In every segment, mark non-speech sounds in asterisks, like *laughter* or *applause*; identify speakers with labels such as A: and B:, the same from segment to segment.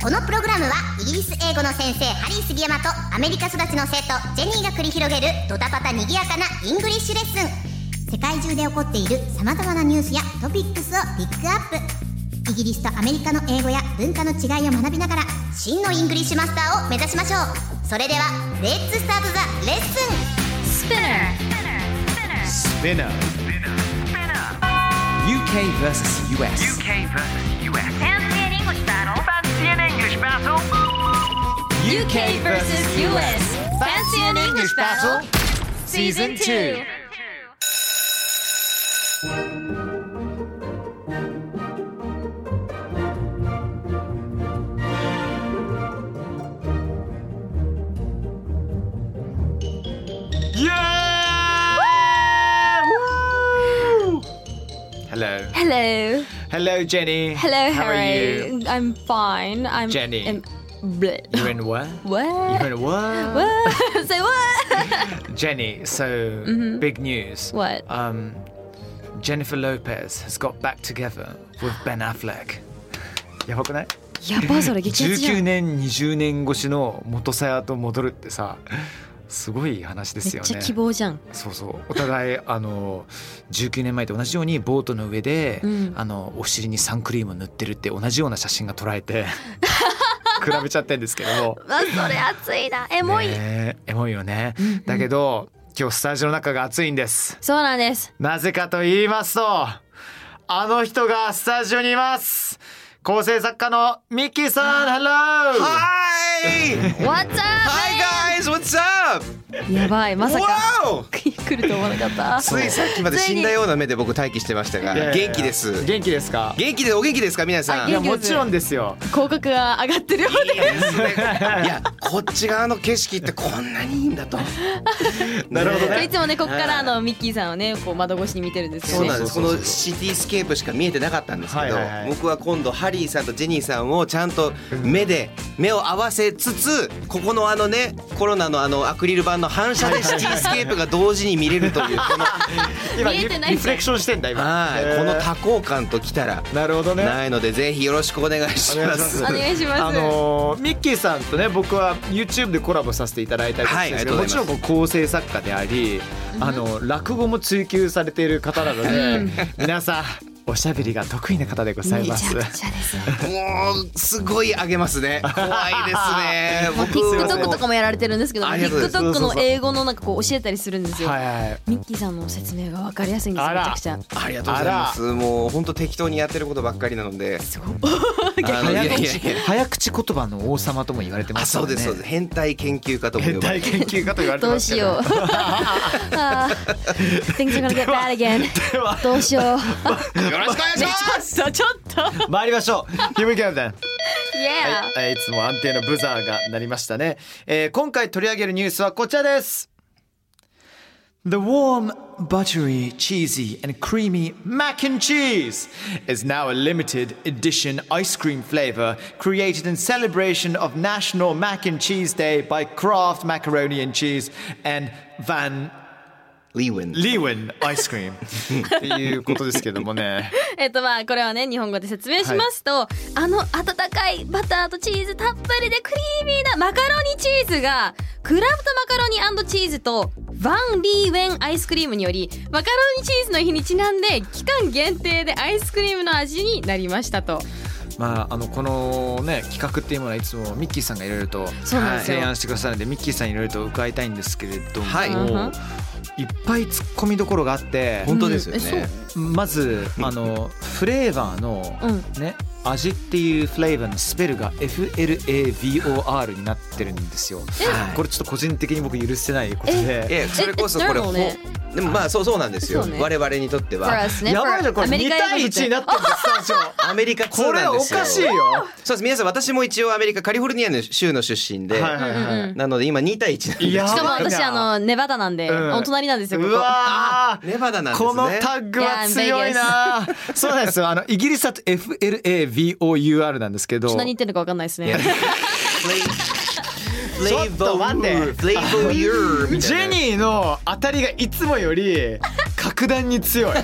A: このプログラムはイギリス英語の先生ハリー杉山とアメリカ育ちの生徒ジェニーが繰り広げるドタパタにぎやかなイングリッシュレッスン世界中で起こっている様々なニュースやトピックスをピックアップイギリスとアメリカの英語や文化の違いを学びながら真のイングリッシュマスターを目指しましょうそれではレッツスタートザレッスン
B: Spinner. UK versus US.
C: UK versus US. Fancy an English battle. Fancy an English battle.
B: UK versus US. Season
C: Fancy an English battle.
B: 2. Hello.
D: Hello.
B: Hello, Jenny.
D: Hello,
B: How
D: Harry.
B: are you?
D: I'm fine. I'm
B: Jenny.
D: In, bleh.
B: You're in what?
D: *laughs* What?
B: You're in what?
D: what? *laughs* Say what?
B: Jenny, so big news.
D: What?
B: Um, Jennifer Lopez has got back together with Ben Affleck. *gasps* やばくない
E: やばそれ激アツ
D: *laughs*
E: じゃん
B: 19年20年越しの元さやと戻るってさすごい話です
D: め
B: よ
D: っ
B: ね
D: ちゃ希望じゃん。
B: そうそうお互いあの19年前と同じようにボートの上で、
D: うん
B: あのお尻にサンクリーム塗ってるって同じような写真が捉えて *laughs* 比べちゃってんですけども
D: あ、それ熱いな。エモい。
B: ねえエモいよねだけど今日スタジオの中が暑いんです
D: そうなんです。
B: なぜかと言いますとあの人がスタジオにいます構成作家のミッキーさん Hello!
F: Hi!
D: What's up?
F: Hi guys, what's up?
D: やばい。まさか
F: Wow!
D: 来ると思わなかった。
F: ついさっきまで死んだような目で僕待機してました
B: いやい
F: が、
B: やいや
F: 元気です。
B: 元気ですか
F: 元気でお元気ですか皆さん。
B: い
F: い
B: や
F: や
B: もちろんですよ
D: 広告が上がってるよね。
F: こっち側の景色ってこんなにいいん
B: *laughs*
F: だと。なるほど
D: そうい。つもねここからあのミッキーさんをねこう窓越しに見てるんですよ
F: そう
D: ね
F: なん。です。このシティスケープしか見えてなかったんですけど
B: はいはいはい、
F: 僕は今度ハリーさんとジェニーさんをちゃんと目で目を合わせつつ、ここのあのねコロナのあのアクリル板の反射でシティスケープが同時に見れる
B: *laughs*
F: というこの
B: 今
D: 見え
B: リ
D: てない
B: リフレクションしてんだ今
F: はいこの多幸感ときたら。
B: なるほどね
F: ないのでぜひよろしくお願いします。
B: お
D: お願いします。
B: あのーミッキーさんとね僕は YouTube でコラボさせていただいたりしてるんですけど、
F: はい
B: も
F: あり
B: ち
F: が
B: ろ
F: と
B: ん
F: う
B: こう構成作家であり、あの落語も追求されている方なので、 *laughs* 皆さんおしゃべりが得意な方でございます。
F: もうすごい上げま
B: *laughs*
F: すね。怖いですね。
D: まあ TikTok とか
F: も
D: もやられてるんですけど、
F: ありがとうござい
D: TikTok
B: ます
D: の英語のなんかこう教えたりするんですよ。
B: はいはい。
D: ミッキーさんの説明がわかりやすいんですよ
B: あ
D: め
B: ら
D: ちゃくちゃ。
F: ありがとうございます。もう本当適当にやってることばっかりなので。すご
B: *laughs*
F: い。あのいやいやいや。
B: 早口言葉の王様とも言われてま
F: あ
B: すから
F: そう
B: ね。
F: ですそうです。変態研究家とも呼
B: 変
F: ばれ
B: 態
F: て。
B: 研究家と言われて
D: ど
B: ま
D: う
B: す
D: し
B: けど。 *laughs*
D: よう。 *laughs* あー Things are gonna get bad
B: *laughs*
D: again. どうしよう。
F: よろしくお願いします。
D: ちょっとちょっと。
B: 参りましょう。
D: *laughs*
B: ヒムキャンダン。
D: Yeah.
B: はい、いつも安定のブザーが鳴りましたね、えー今回取り上げるニュースはこちらです The warm, buttery, cheesy and creamy mac and cheese is now a limited edition ice cream flavor created in celebration of National Mac and Cheese Day by Kraft Macaroni and Cheese and Van
F: リーウェン。
B: Leeuwen Ice Cream *laughs* っていうことですけどもね。
D: えっとまあこれはね日本語で説明しますと、あの温かいバターとチーズたっぷりでクリーミーなマカロニチーズがクラフトマカロニチーズとワンリーウェンアイスクリームによりマカロニチーズの日にちなんで期間限定でアイスクリームの味になりましたと
B: まあ、あのこのね企画っていうものはいつもミッキーさんがいろいろと
D: そうなんですよ
B: 提案してくださるんでミッキーさんいろいろと伺いたいんですけれども、
F: はい
D: うんうん
B: いっぱい突っ込みどころがあって
F: 本当ですよ
D: うんえ
F: ね。
B: まずあのフレーバーの
D: う
B: ね味っていうフレーバーのスペルが FLAVOR になってるんですよ
F: はい
B: これちょっと個人的に僕許せないことで
F: いやそれこそ
D: え
F: これ
D: え journal ね
F: ほでもまあそうそうなんですよ、
D: そうね
F: 我々にとって
D: For
F: は
D: us ね。
B: やばいじゃんこ
D: For
B: れ
D: アメ
B: 2
D: リカ英語
B: 対1になってるんです
D: *laughs*
B: スタジオ
F: アメリカ
B: こ
F: 2
B: れ
F: なん
B: お
F: ですよ
B: かしいよ
F: そうです皆さん私も一応アメリカカリフォルニアの州の出身で、
B: はいはいはい、
D: うんうん
F: なので今2対1なんです
B: やばいな
D: しかも私あのネバダなんで、
B: うん
D: お隣なんですよこ
B: う
D: こ。
B: わー
F: ネバダなんですね
B: このタッグは強いなそうなんですよあのイギリスだと FLAVOUR なんですけど
D: ちょっと何言ってるのかわかんないですね。
F: フレイ
B: ちょっ
F: ボ
B: と
F: ー
B: 待って
F: フレイボーユーみ
B: ジ
F: た
B: ェ
F: いな
B: ニーの当たりがいつもより格段に *laughs* 強い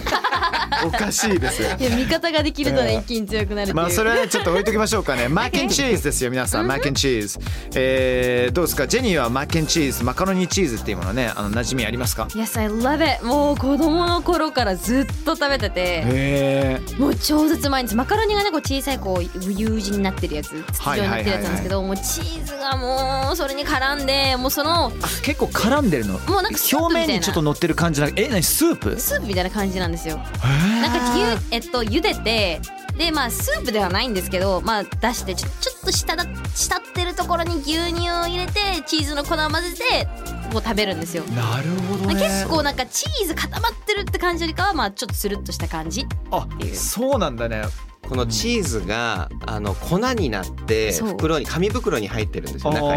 B: おかしいですよ
D: いや味方ができると
B: ええ
D: ね一気に強くなるっていう。
B: まあそれはねちょっと置いときましょう *laughs* かねマッケンチーズですよ皆さんマッケンチーズ、えー、どうですかジェニーはマッケンチーズマカロニチーズっていうものねあの馴染みありますか
D: Yes, I love it. もう子供の頃からずっと食べてて、
B: へえ
D: もう超絶毎日マカロニがねこう小さいこう U 字になってるやつ、筒状になってるやつなんですけど、もうチーズがもうそれに絡んで、もうその
B: 結構絡んでるの
D: うなんかスープみたいな
B: 表面にちょっと乗ってる感じなえ何スープ
D: スープみたいな感じなんですよ。なんかゆえっと茹でてでまあスープではないんですけどまあ出してちょちょっとしただ浸ってるところに牛乳を入れてチーズの粉を混ぜてこう食べるんですよ。
B: なるほどね
D: 結構なんかチーズ固まってるって感じよりかはまあちょっとスルッとした感じ
B: あそうなんだね
F: このチーズがあの粉になって
D: そう
F: 袋に紙袋に入ってるんですよ中に。
B: あ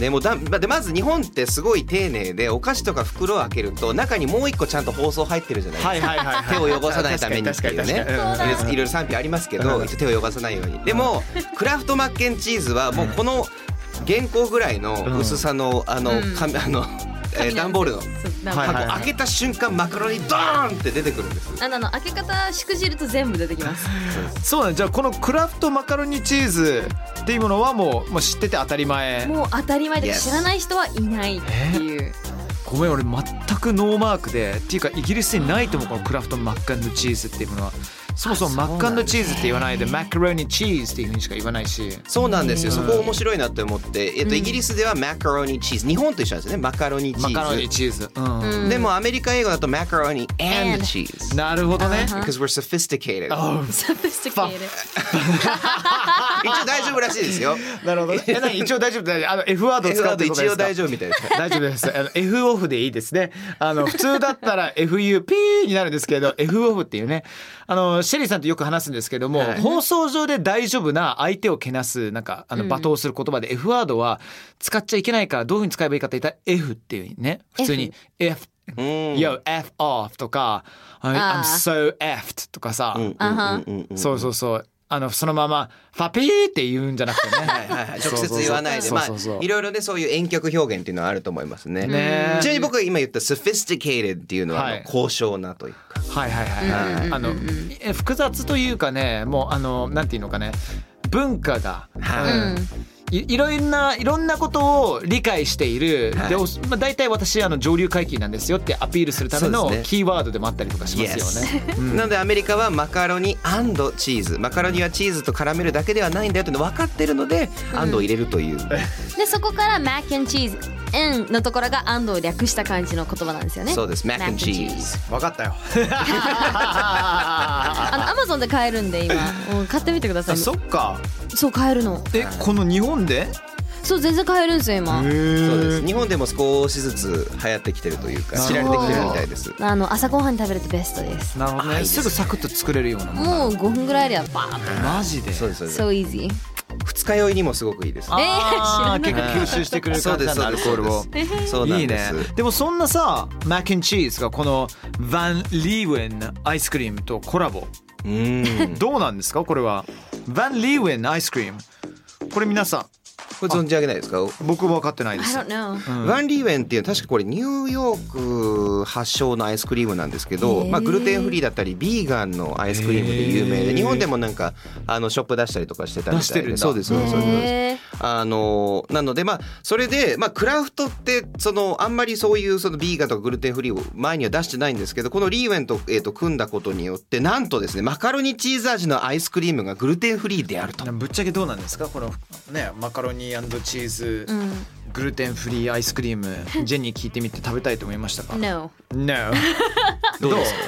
F: ね、もうだまでまず日本ってすごい丁寧でお菓子とか袋を開けると中にもう一個ちゃんと包装入ってるじゃないですか、
B: はいはいはいはい
F: 手を汚さないためにってい
B: 確
F: うね
B: かに確かに確かに
F: いろいろ賛否ありますけ
B: う
F: ど
B: ん
F: 一応手を汚さないようにでもクラフトマッケンチーズはもうこの原稿ぐらいの薄さのあの
D: うん
F: 紙あのえー段ボールの
B: はい
F: 箱開けた瞬間マカロニドーンって出てくるんです
D: あのあの開け方しくじると全部出てきます
B: そうなんじゃあこのクラフトマカロニチーズっていうものはもうもう知ってて当たり前
D: もう当たり前で
F: Yes
D: 知らない人はいないって *laughs* いう
B: ごめん俺全くノーマークでっていうかイギリスにないと思うこのクラフトマッカンドチーズっていうものはそもそもマッカンドチーズって言わないでマカロニチーズっていうふうにしか言わないし
F: そうなんですよ、
B: うん
F: そこ面白いなって思って、えっと、イギリスではマカロニチーズ日本と一緒なんですよねマカロニチ
B: マカロ
F: ー
B: ニ
F: ズ
B: チーズうん、
D: うん
F: でもアメリカ英語だとマカロニ and
D: And
F: チーズ
B: なるほどね
F: because we're sophisticated
B: あ
D: サブスティケール
F: 一応大丈夫らしいですよ
B: なるほどねえ何一応大丈夫大丈夫あの F ワード使うってことですか
F: 一応大丈夫みたいです
B: *laughs* 大丈夫です。あの F オフでいいですね。あの普通だったら FUP になるんですけど、F オフっていうね、あのシェリーさんとよく話すんですけども、
F: はい
B: 放送上で大丈夫な相手をけなすなんかあの罵倒する言葉で F ワードは使っちゃいけないからどういうふうに使えばいいかって言ったら F っていうね、普通に F。
F: うん
B: Yo, F off とか、
D: あ
B: I'm
D: ー
B: so effed とかさ、
F: うんうん
D: あ
F: うんうんうん
B: そうそうそう、あの、そのまま、ファピーって言うんじゃなくてね。
F: はいはいはい直接言わないで
B: そう
F: まあ
B: そうそう
F: いろいろねそういう遠曲表現っていうのはあると思いますね
B: ね
F: ちなみに僕が今言った sophisticated っていうのはあ
B: は
F: の
B: い
F: 高尚なというか
B: はいはいはいはい、あのえ複雑というかねもうあのなんていうのかね文化が、
F: はい
B: うんいいろんないろんなことを理解している、
F: はい
B: でおまあ、大体私あの上流階級なんですよってアピールするため
F: そ
B: の
F: うですね
B: キーワードでもあったりとかしますよね。
F: *laughs* なのでアメリカはマカロニチーズマカロニはチーズと絡めるだけではないんだよっていうの分かってるので、アンドを入れるという
D: でそこからマッケンチーズ「ん」のところが「アンド」を略した感じの言葉なんですよね
F: そうですマックンチーズ
B: わ、かった *laughs* よ。
D: あのアマゾンで買えるんで今、うん、買ってみてください
B: っか。
D: そう買えるの
B: えこの日本で？
D: そう全然買えるんですよ今
F: そうです日本でも少しずつ流行ってきてるというか
B: なるほど
F: 知られてきてるみたいです
D: あの朝ごはんに食べるとベストです
B: なるほど
F: あいい
B: ね。
F: です
B: す
F: ね
B: ぐサクッと作れるようなもの。
D: もう5分ぐらいではバーンと
B: マジで。
F: そうですそうです
D: So easy
F: 二日酔いにもすごくいいです
B: あー結構吸収してくれる
F: そう
B: 感
F: で
B: じな
F: す
B: んだ
F: そ
B: ア
F: う
B: ル
F: です
B: コールを。
F: そうなんで
B: い
F: す
B: いねでもそんなさマッキンチーズがこのバン・リーウェンのアイスクリームとコラボ
F: うん
B: どうなんですかこれはバン・リーウェンのアイスクリームこれ皆さ
F: これ存じ上げないですか
B: ん僕も分かってないで
D: I
B: す
D: don't know
F: ワンリーウェンっていうのは確かこれニューヨーク発祥のアイスクリームなんですけど、まあ、グルテンフリーだったりビーガンのアイスクリームで有名
B: へ
F: で
B: ー
F: 日本でもなんかあのショップ出したりとかしてたみたいで
B: 出してるんだ
F: そうですそうですそうですそうです
D: へー
F: あのなのでまあそれで、まあ、クラフトってそのあんまりそういうそのビーガンとかグルテンフリーを前には出してないんですけどこのリーウェンと,、えー、と組んだことによってなんとですねマカロニチーズ味のアイスクリームがグルテンフリーであると。
B: *laughs* ぶっちゃけどうなんですかこのねマカロニチーズ、
D: ん
B: グ
D: *laughs*
B: ルテンフリーアイスクリームジェニー聞いてみて食べたいと思いましたか
D: No
B: No
F: どうですか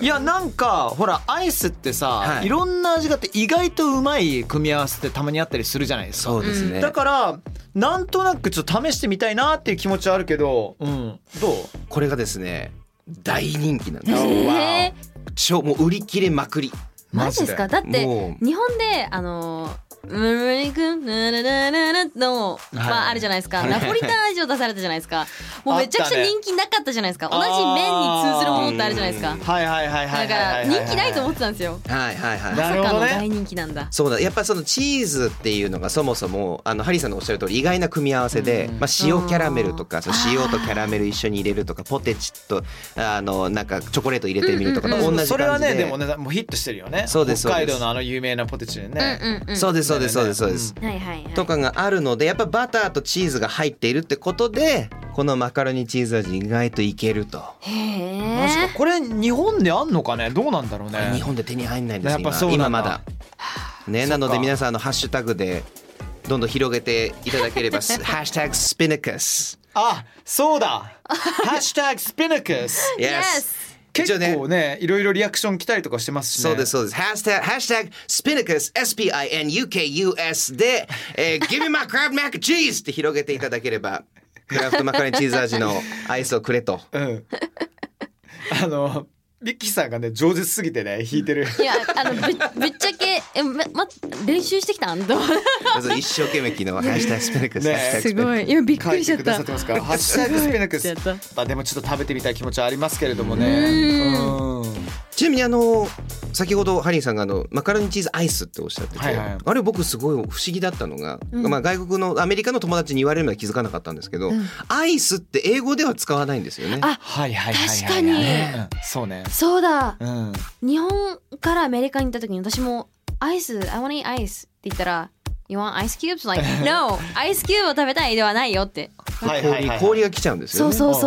B: いやなんかほらアイスってさ、
F: はい
B: い、ろんな味があって意外とうまい組み合わせってたまにあったりするじゃないですか
F: そうですね、
B: だからなんとなくちょっと試してみたいなっていう気持ちはあるけど、うん、どう
F: これがですね大人気なんですよ
D: え
F: 超もう売り切れまくり
D: ー、マジですかだって
F: もう
D: 日本であのー「ムルリクヌルルルル」の、まあ、あるじゃないですか、ナポリタン味を出されたじゃないですかもうめちゃくちゃ
B: あったね
D: 人気なかったじゃないですか、
B: あー
D: 同じ麺に通ずるものってあるじゃないですか
B: はいはいはいは
D: だ
B: い
D: から
B: はいはは
D: 人気ないと思ってたんですよ
F: はいはいはい
D: ま
B: な
D: さ
B: る
D: か
B: ほ
D: の
B: どね
D: 大人気なんだ
F: そうだやっぱそのチーズっていうのがそもそもあのハリーさんのおっしゃる通り意外な組み合わせで、まあ、塩キャラメルとかその塩とキャラメル一緒に入れるとかポテチとあのなんかチョコレート入れてみるとかと同じ感じで、
B: それはねでもねもうヒットしてるよね
F: そうです
B: 北
F: そう
B: 海
F: です
B: 道のあの有名なポテチでね、
D: うんうんうん
F: そうですそうですそうですそうです、
D: はいはいはい
F: とかがあるのでやっぱバターとチーズが入っているってことでこのマカロニチーズ味意外といけると、
D: へ
B: マジ
D: え
B: かこれ日本であんのかねどうなんだろうね
F: 日本で手に入んないんです
B: や
F: よ
B: っぱ
F: 今
B: そうな
F: 今
B: んだ
F: まだね
B: そっか
F: なので皆さんあのハッシュタグでどんどん広げていただけれ
B: *laughs*
F: ば「すハッシュタグスピニカス
B: あそう
D: *laughs*
B: だ「ハッシュタグスピナクス」
F: Yes *laughs* 一
B: 結
F: 応ね
B: 構ねいろいろリアクション来たりとかしてますしね
F: そうですそうです。ハッシュタグ、ハッシュタグ、スピニカス、SPINUKUS で、えー、Give me my crab mac and cheese! って広げていただければ、クラフトマカロニチーズ味のアイスをくれと。
B: うんあのビッキーさんがね饒舌すぎてね弾いてる
D: いやあのぶぶっちゃけえ、まま、練習してきたんどう
F: まず一生懸命昨日、ハッシュタグ、スピニカス、
B: ねえ
F: ハッ
D: す
F: シュタグスピニカ
D: ごい今びっ
B: 書
D: く
B: い
D: りしてちゃ
B: く
D: っ
B: だ
D: た
B: さってますから「ハッシュタグスピナクス
D: やった」
B: まあでもちょっと食べてみたい気持ちはありますけれどもねうん
F: ス。ちなみにあの、先ほどハリーさんがあのマカロニチーズアイスっておっしゃってて、
B: はいはい
F: あれ僕すごい不思議だったのが、まあ外国のアメリカの友達に言われるまで気づかなかったんですけど、アイスって英語では使わないんですよね。
D: あ
B: はいはいはいはい
D: 確かに
B: ねうんそうね
D: そうだ
B: うん
D: 日本からアメリカに行った時に私もアイス I want to eat ice って言ったら You want ice cubes? Like no アイスキューブを食べたいではないよって
B: はいはいはいは
F: 氷
B: い
F: 氷が来ちゃうんですよ
D: そう
F: ね。
D: そうそ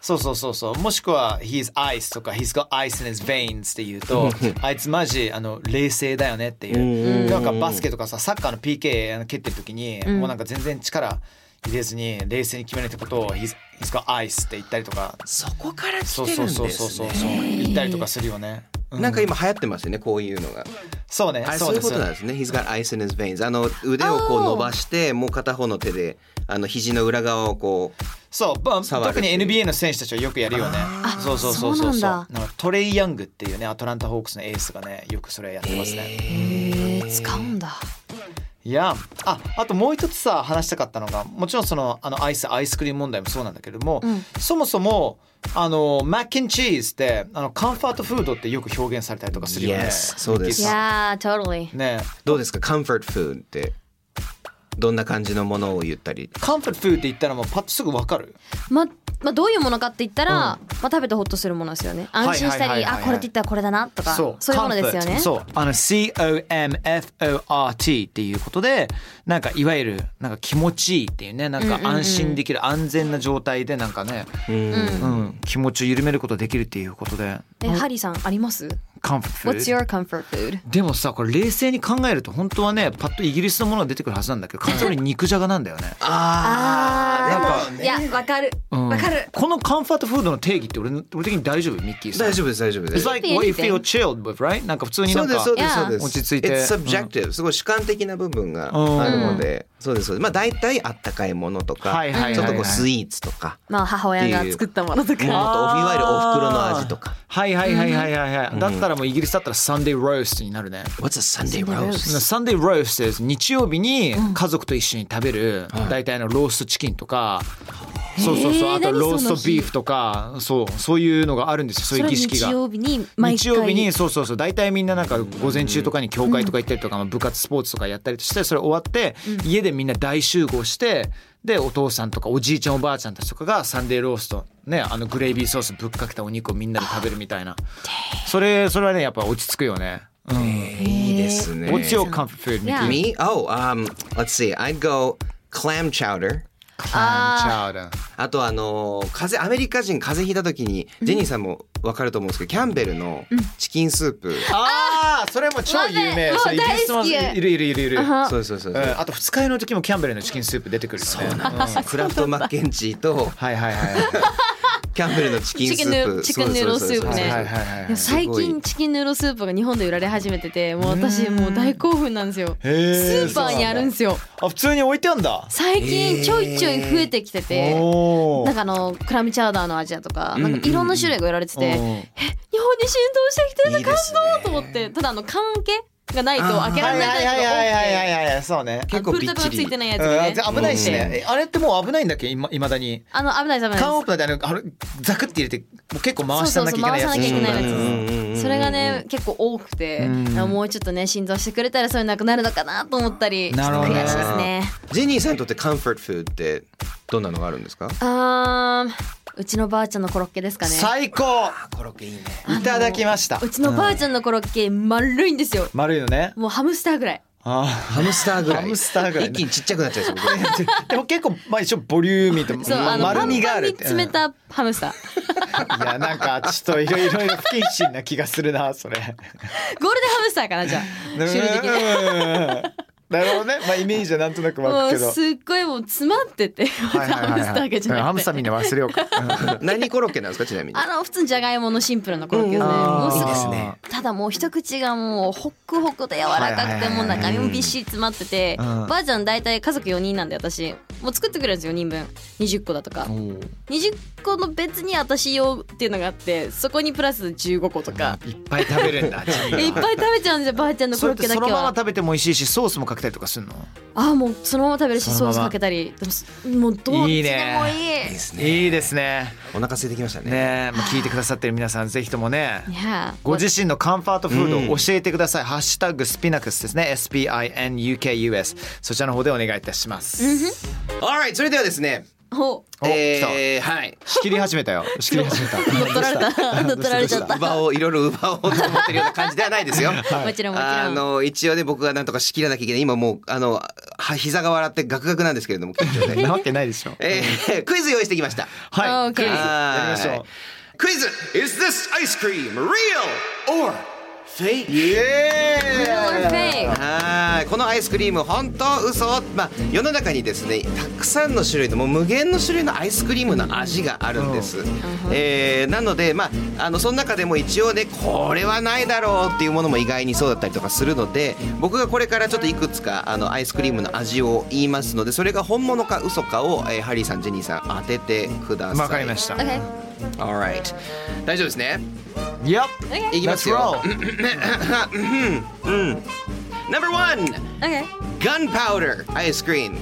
B: そうそうそうそうもしくは「He's ice」とか「He's got ice in his veins」って言う *laughs* とあいつマジあの冷静だよねっていうなんかバスケとかさサッカーの PK あの蹴ってる時に、もうなんか全然力入れずに冷静に決めるってことを「He's, he's got ice」って言ったりとか
F: そこから来
B: そう
F: てる
B: そ
F: ん
B: う
F: です
B: そうそう
F: ね。
B: そうそう言ったりとかするよね、う
F: なんか今流行ってますよねこういうのが
B: そうね
F: あれ
B: そ
F: そう
B: うで
F: いう
B: す
F: ことなんですね He's got ice in his veins あの腕をこう伸ばしてもう片方の手であの肘の裏側をこ
B: そう、まあ、
F: 触る
B: 特に NBA の選手たちはよくやるよねそうそうそうそう
D: そうなん
B: なんかトレイ・ヤングっていうねアトランタ・ホークスのエースがねよくそれやってますね、
D: うへえ使うんだ
B: いやああともう一つさ話したかったのがもちろんそのあのアイスアイスクリーム問題もそうなんだけれども、そもそもあのマッキンチーズってあのカンファートフードってよく表現されたりとかするよね。
F: Yes そうです
B: ミッキー
D: い
B: さ
D: やー totally
B: んね
F: うどうですか comfort food ってどんな感じのものを言ったり
B: カンファートフードって言ったらもうパッとすぐわかる
D: ままあどういうものかって言ったら、まあ食べてほっとするものですよね安心
B: はい
D: した
B: はいはい
D: り
B: はいは
D: あ
B: い
D: これって言ったらこれだなとかそういうものですよ
B: comfort
D: ね
B: そうあの COMFORT っていうことでなんかいわゆるなんか気持ちいいっていうねなんか安心できる安全な状態でなんかね、うん気持ちを緩めることができるっていうことで
D: えハリーさんあります
B: カンファートフード。
D: What's your comfort food?
B: でもさこれ冷静に考えると本当はねパッとイギリスのものが出てくるはずなん
D: *laughs*
B: だけど完全に肉じゃがなんだよね、
F: あ
D: いやわかる
B: うん
D: わかる
B: このカンファートフードの定義って俺の俺的に大丈夫ミッキー
F: ー
B: さん
F: 大丈夫です大丈夫です
B: It's like what you feel chilled with right なんか普通に
F: そ
B: な
F: うんで
B: か
F: すそうです
D: いや
F: そうです
B: 落ち着いて
F: It's subjective すごい主観的な部分が
B: うん
F: あるのでそうですそうですまあ大体あったかいものとか
B: はいはいはいはい
F: ちょっとこうスイーツとか
D: まあ母親が作ったものとか
F: もっとおいわゆるお袋の味とか
B: はいはいはいはいはいはい、だったらもうイギリスだったらサンデーローストになるね
F: What's a Sunday roast?
B: サンデーローストです日曜日に家族と一緒に食べる大体のローストチキンとか、そうそうそう
D: へー
B: あと
D: 何その
B: ロー
D: 日
B: ストビーフとかそうそういうのがあるんですよそう
D: そ
B: いう
D: れ
B: 儀式が
D: 日曜日に毎回
B: 日曜日にそうそうそう大体みんななんか午前中とかに教会とか行ったりとか、まあ部活スポーツとかやったりしてそれ終わって、家でみんな大集合してでお父さんとかおじいちゃんおばあちゃんたちとかがサンデーローストねあのグレービーソースぶっかけたお肉をみんなで食べるみたいなそれそれはねやっぱ落ち着くよね。うん、
F: いいですね
B: What's your comfort food? ミキ
D: Yeah.
F: Me? Oh, um, let's see. I'd go clam chowder.
B: クラムチャウダー
F: あとあのー風邪アメリカ人風邪ひいた時にジェニーさんもわかると思うんですけど、キャンベルのチキンスープ、
B: ああそれも超有名
D: もう
B: それイギリスも
D: 大好き
B: いるいるいるいる、
F: そうそうそう
B: う
F: そうん
B: あと二日酔いの時もキャンベルのチキンスープ出てくるよね
F: クラフトマッケンジーと
B: はいはいはい
F: キャンベルのチキンスープ
D: チキンヌチキンヌードルスープね
F: そうですそうですそうです
B: はいはいはいはい
D: いや最
F: すご
D: 近
F: い
D: チキンヌードルスープが日本で売られ始めててもう私もう大興奮なんですよスーパーにあるんです
B: よ
D: よ
B: あ普通に置いてあんだ
D: 最
F: へ
D: 近
F: ー
D: ちょいちょい増えてきてて
B: おー
D: なんかあのクラムチャウダーの味だとか
F: うん
D: なんかいろんな種類が売られてて日本に浸透してきてる
F: いいですね
D: なと思ってただあの缶けがないと開けら
B: はい
D: れない
B: はいはいはいはいはい
D: タイ
B: はいはいそうね
D: プが多くてあのプルタブがついてないやつ
B: うんあ
D: がね
B: ぜ危ないし
F: うん
B: ねえあれってもう危ないんだっけいま未だに
D: あの危ないです危ないです
B: 缶オープナーであのあれザクって入れてもう結構回してなきゃいけないやつ
D: そうそうそう回さなきゃいけないやつ
F: うん
D: それがね結構多くて
B: うん
D: もうちょっとね浸透してくれたらそういうのなくなるのかなと思ったりちょっ
B: な
D: と
B: るほどね
D: 悔しいですね。
F: ジェニーさんにとってカンフォートフードってどんなのがあるんですか
D: あーうちのばあちゃんのコロッケですかね
B: 最高
F: コロッケいいね
B: いただきました
D: うちのばあちゃんのコロッケ丸いんですよ
B: 丸いのね
D: もうハムスターぐらい
B: あ
F: ハムスターぐらい
B: ハムスターぐらい
F: 一気にちっちゃくなっちゃいそう僕
B: ーでも結構まあ一応ボリューミーと
D: そうあのパ
B: 丸
D: ン
B: みが
D: パ
B: あ
D: ン
B: るっ
D: に
B: て
D: 詰めたハムスター *laughs*
B: うんいやなんかちょっといろいろいろ不謹慎な気がするなそれ
D: ゴールデンハムスターかなじゃあ種類的に
B: うんなるほどねまあイメージはなんとなく
D: も
B: 湧く
D: う
B: けど
D: すっごいもう詰まってて
B: はいはいはいはい
D: ハムスターだけじゃ
B: うんハ
D: な
B: ム
D: く
B: スターみ
D: て
B: んな忘れようか
F: *laughs* 何コロッケなんですかちなみに
D: あの普通にじゃがいものシンプルなコロッケですね
B: あ
D: もう
B: ー
D: す
F: いい
D: ごい
F: ですね
D: ただもう一口がもうホックホクで柔ら
B: はい
D: かく
B: はい
D: て
B: はい
D: もう中身もびっしり詰まってて
B: うん
D: ばあちゃん大体家族4人なんで私もう作ってくれるんですよ4人分20個だとか
B: うん
D: 20個の別に私用っていうのがあってそこにプラス15個とか
B: いっぱい食べ
D: *laughs*
B: るんだジェニーは
D: えいっぱい食べちゃうんですよばあちゃんのコ
B: そ
D: ロ
B: れっ
D: ッ
B: て
D: ケだ
B: その
D: け
B: まま
D: は
B: 食べても美味しいしソースもかけたりとかするの
D: ああもうそのまま食べるし
B: その
D: ソ
B: まま
D: ースかけたりでもすもうどっちでもいい
F: いですね
B: いいですね
F: お腹空いてきました
B: ね
F: ね
B: えまあ聞いてくださってる皆さんぜひともね
D: いやー
B: ご自身のカンファートフードを教えてください、ハッシュタグスピナクスですね SPINUKUS そちらの方でお願いいたします、
F: Alright それではですね
D: お
B: お
F: えーはい
B: 仕切り始めたよ仕切り始め
D: *laughs*
B: た
D: 乗っ取られた *laughs* 乗っ取られちゃった
F: ウバをいろいろウバをと思ってるような感 *laughs* じではないですよ
D: もちろんもち
F: あ
D: ろん
F: の一応ね僕がなんとか仕切らなきゃいけない今もうあのは膝が笑ってガクガクなんですけれども緊 *laughs* 張で
B: なわけないでしょ
F: えークイズ用意してきました
B: は
D: あ
B: い
D: OK
B: クイズやり
F: は
B: まし
F: い
B: ょう
F: クイズ Is this ice cream real or fake?
B: イエ
D: フェ
B: ーイ
D: イ
F: はーいこのアイスクリーム本当嘘まあ世の中にですねたくさんの種類のもう無限の種類のアイスクリームの味があるんです、えーなのでまああのその中でも一応ねこれはないだろうっていうものも意外にそうだったりとかするので僕がこれからちょっといくつかあのアイスクリームの味を言いますのでそれが本物か嘘かを、えーハリーさんジェニーさん当ててください
B: わかりました
D: OK
F: Alright 大丈夫ですね
B: Yep
F: いきますよ
B: Let's roll
F: うん、Number one
D: OK
F: Gunpowder Ice cream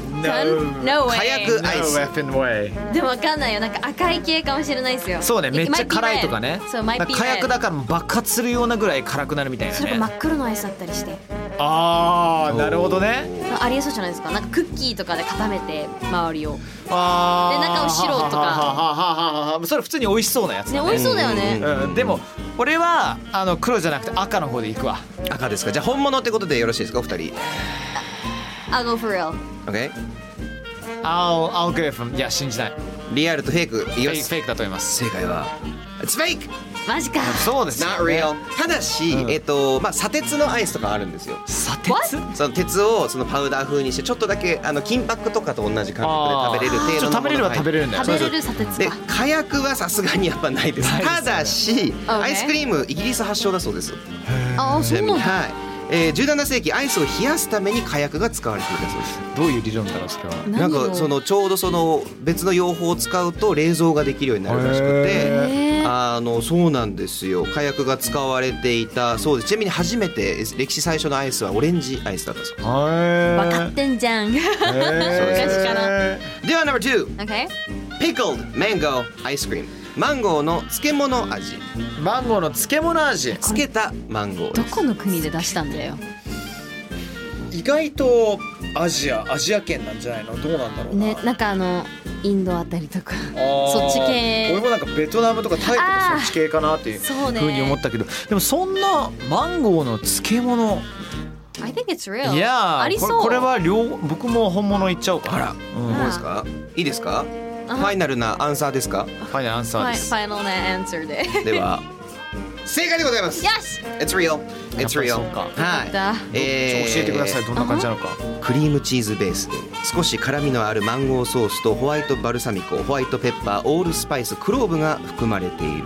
D: No
F: 火
D: way
F: 薬アイ
B: No
F: ス
B: effing way
D: でもわかんないよなんか赤い系かもしれないですよ
B: そうねめっちゃ辛いとかね
D: そうマイ
B: なん
D: ピ
B: か
D: ー
B: 火薬だから爆発するようなぐらい辛くなるみたいな
D: それ
B: ね
D: か真っ黒のアイスだったりして
B: ああなるほどね
D: ありえそうじゃないですかなんかクッキーとかで固めて周りをね
B: あー
D: で中を白とか
B: ははははははそれ普通に美味しそうなやつだ
D: 美味しそうだよね
B: うん、でも俺はあの黒じゃなくて赤の方で行くわ
F: 赤ですかじゃあ本物ってことでよろしいですかお二人
D: I'll go for real
F: OK
B: 青青グレフンいや信じないフ
F: リアルとフェイクいき
B: ェ
F: ま
B: イク
F: す
B: フェイクだと思います
F: 正解は It's fake
D: マジか
B: そうですよ
F: not
B: ね
F: real ただし、
B: うん
F: えっとまあ砂鉄のアイスとかあるんですよ
B: 砂鉄
F: その鉄をそのパウダー風にしてちょっとだけあの金箔とかと同じ感覚で食べれる程
B: ちょ
F: 度
B: っと食
F: の
B: べれれば食べれるんだよ
D: 食べれる砂鉄
F: で
D: か
F: 火薬はさすがにやっぱないです
B: ないですね
F: ただし、
D: Okay
F: アイスクリームイギリス発祥だそうです
D: ああ
F: ち
D: そ
F: な
D: う
F: み
D: な
F: に
D: んだ
F: はい、えー、17世紀アイスを冷やすために火薬が使われていたそうです
B: どういう理論だろうそれは
F: なん
D: 何を
F: かそのちょうどその別の用法を使うと冷蔵ができるようになるらしくて。
D: えー
F: あのそうなんですよ火薬が使われていたそうですちなみに初めて歴史最初のアイスはオレンジアイスだったそうで
D: わ
B: 分
D: かってんじ *laughs* ゃん OK
B: 昔
D: 昔から
F: すでは No.2 Pickled Mango Ice Cream マンゴーの漬物味
B: マンゴーの漬物味
F: 漬けたマンゴー
D: ど
F: です
D: この国で出したんだよ
B: 意外とアジアアジア圏なんじゃないのどうなんだろうな
D: ねなんかあのインドあたりとか
B: あー
D: そっち系
B: 俺もなんかベトナムとかタイとか
D: あー
B: そっち系かなっていう
D: そうね
B: ふうに思ったけどでもそんなマンゴーの漬物
D: I think it's real
B: いやー
D: ありそう
B: これこれは両僕も本物いっちゃおうか
F: あら
B: うん
F: どうですかいいですかファイナルなアンサーですか
B: ファイナルアン
D: フ
B: サー
D: ァ
B: で
D: イ
B: す
D: *laughs* ファイナルなアンサーで
F: では正解でございます
D: よし
F: It's real
B: やっ
F: It's
B: ぱり
F: real
B: そうか
F: は
D: よかっ
F: い
D: た
F: えー
B: 教えてくださいどんな感じなのか
F: クリームチーズベースで少し辛みのあるマンゴーソースとホワイトバルサミコホワイトペッパーオールスパイスクローブが含まれている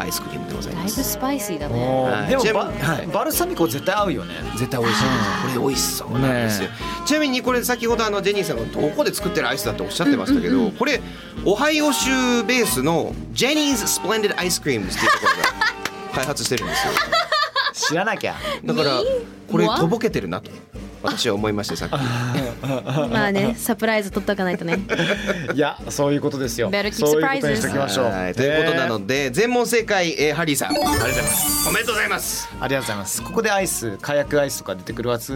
F: アイスクリームでござい
D: だい
F: ま
D: ぶ
F: す
D: スパイシーだね
B: おー
F: はい
B: でも
F: ちなみ
B: バ,、
F: にはい
B: バルサミコ絶対合うよね
F: 絶対美味しいですこれ美味しそうなんですよ、
B: ね
F: ちなみにこれ先ほどあのジェニーさんがどこで作ってるアイスだっておっしゃってましたけど、これオハイオ州ベースのジェニーズ・スプレンデッド・アイスクリームっていうところが開発してるんですよ
B: 知らなきゃ
F: だからこれ
D: わ
F: とぼけてるなと私は思いましてさっき
D: まあねサプライズ取っとかないと *laughs* ね
B: *laughs* いやそういうことですよ
D: Better keep
B: そういうことにし
D: surprises
B: ときましょう
F: はいということな
B: ね
F: ので全問正解、えーハリーさんありがとうございますおめでとうございます
B: ありがとうございますここでアイス火薬アイスとか出てくるはず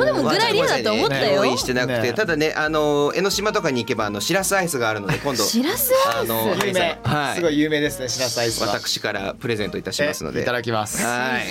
D: あでもぐらいリアルだと思ったよ
F: ごめんなさいね用意してなくて、
B: ね
F: ただねあの江ノ島とかに行けばあのしらすアイスがあるので今度
D: しらすアイス
F: あの
B: 有名、
F: はい
B: すごい有名ですねしらすアイスは
F: 私からプレゼントいたしますので
B: いただきます
F: はい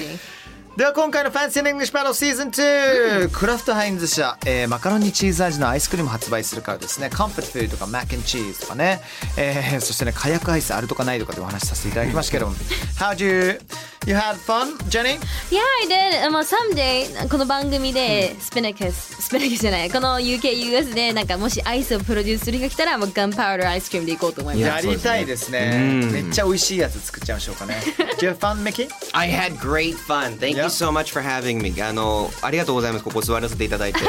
B: では今回のファンシーイングリッシュバトルシーズン2、クラフトハインズ社、えーマカロニチーズ味のアイスクリームを発売するからですねカンプットフードとかマッケンチーズとかね、えー *laughs* そしてね火薬アイスあるとかないとかでお話しさせていただきましたけ
F: *laughs*
B: ども How do you you had fun Jenny?
D: Yeah, I did. まあ、someday この番組でスペネケス、スペネケスじゃない、この UKUS でなんかもしアイスをプロデュースする日が来たら、もうガンパウダーアイスクリームで行こうと思います。
B: やりたいですねめっちゃ美味しいやつ作っちゃいましょうかね Do you have fun Mickey?
F: I had great fun. Thank
B: Yeah.
F: you so much for having me. あのありがとうございます。ここ座らせていた
B: *laughs*
F: だいて、
D: こ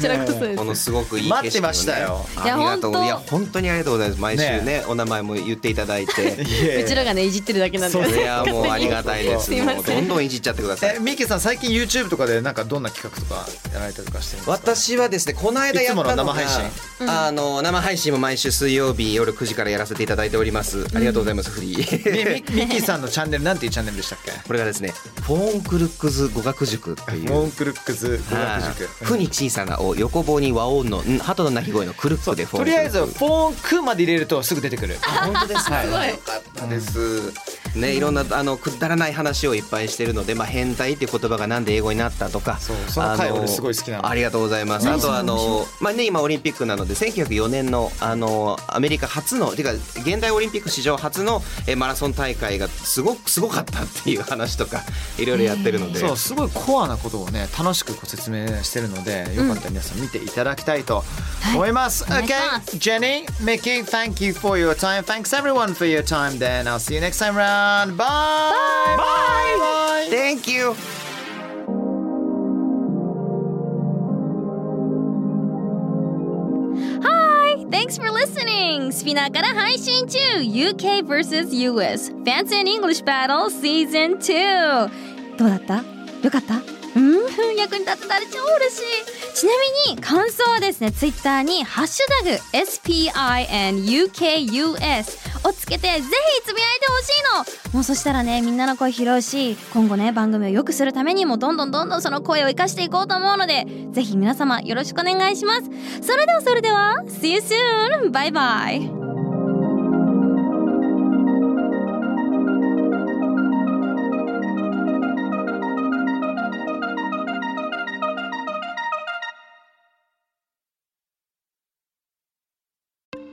D: ちらこそです
F: こ。のすごくいい景色をね
B: 待ってましたよ
F: あ
D: いや
F: りがとう
D: 本当
F: いや本当にありがとうございます。毎週ねお名前も言っていただいて、
D: うちらがね、いじってるだけなんで。
F: いやもうありがたいです。
D: すいません
F: もうどんどんいじっちゃってくださ
B: え
F: い。
B: ミッキーさん最近 YouTube とかでなんかどんな企画とかやられたりとかしてるんですか
F: 私はですねこの間やったのが
B: いつもの生配信
F: あの生配信も毎週水曜日夜9時からやらせていただいております。ありがとうございます。フリー。
B: みみミッキーさんのチャンネルなんていうチャンネルでしたっけ
F: *laughs* これがですね、フォーンクルックス語学塾っていう。
B: モンクルックス語学
F: はい
B: 塾
F: ふに小さなお横棒に和音のん鳩の鳴き声のクルックでフォ
B: と
F: ンク
B: り
F: ル
B: あえ
F: ック
B: ずフォーンクまで入れるとすぐ出てくる
F: 本当ですか、よかったです、ねいろんなあのくだらない話をいっぱいしてるので、まあ、変態っていう言葉がなんで英語になったとか
B: そうその回俺すごい好きなの
F: ありがとうございますあとはあの、まあね、今オリンピックなので1904年のあのアメリカ初のていうか現代オリンピック史上初のえマラソン大会がすごくすごかったっていう話とかいろいろやってるので、
B: そうすごいコアなことをね楽しくご説明してるのでよかったら皆さん見ていただきたいと思います、
D: はい
B: OK
D: お願いします
B: Jenny Mickey thank you for your time thanks everyone for your time then I'll see you next time round bye bye, bye.
F: Thank you!
D: はい Thanks for listening! スピナーから配信中 !UK vs.US Fancy and English Battle Season 2! どうだったよかったうん役に立ってたら超嬉しいちなみに感想はですね、ツイッターにハッシュタグ SPINUKUS をつけてぜひつぶやいてほしいのもうそしたらね、みんなの声拾うし、今後ね、番組を良くするためにもどんどんどんどんその声を生かしていこうと思うので、ぜひ皆様よろしくお願いします。それではそれでは See you soon! バイバイ